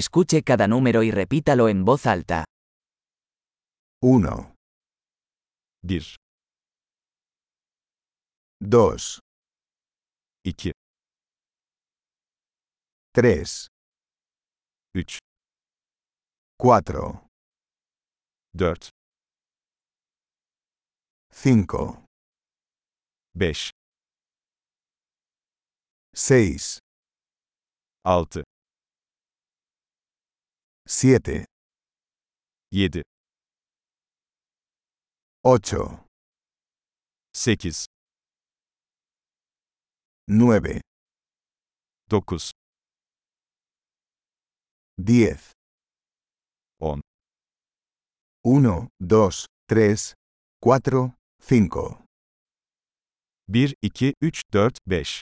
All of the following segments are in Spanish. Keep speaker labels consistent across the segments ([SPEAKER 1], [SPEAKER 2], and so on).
[SPEAKER 1] Escuche cada número y repítalo en voz alta.
[SPEAKER 2] 1,
[SPEAKER 3] 1,
[SPEAKER 2] 2,
[SPEAKER 3] 2,
[SPEAKER 2] 3,
[SPEAKER 3] 3,
[SPEAKER 2] 4,
[SPEAKER 3] 4,
[SPEAKER 2] 5,
[SPEAKER 3] 5, 6,
[SPEAKER 2] 6, 7,
[SPEAKER 3] 7,
[SPEAKER 2] 8,
[SPEAKER 3] 8,
[SPEAKER 2] 9,
[SPEAKER 3] 9,
[SPEAKER 2] 10,
[SPEAKER 3] 10,
[SPEAKER 2] 1, 2, 3, 4, 5,
[SPEAKER 3] 1, 2, 3, 4, 5,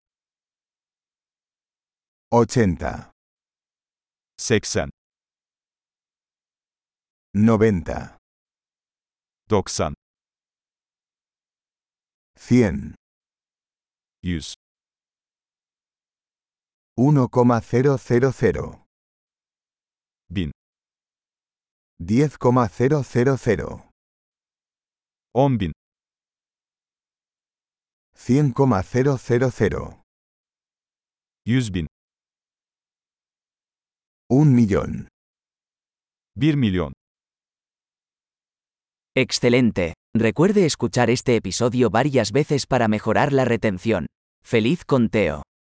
[SPEAKER 3] 80,
[SPEAKER 2] 90,
[SPEAKER 3] 90,
[SPEAKER 2] 100,
[SPEAKER 3] 100,
[SPEAKER 2] 1,000,
[SPEAKER 3] 1000,
[SPEAKER 2] 10,000,
[SPEAKER 3] 10000,
[SPEAKER 2] 100,000,
[SPEAKER 3] 100000,
[SPEAKER 2] 1 millón.
[SPEAKER 3] 1 milyon.
[SPEAKER 1] Excelente. Recuerde escuchar este episodio varias veces para mejorar la retención. ¡Feliz conteo!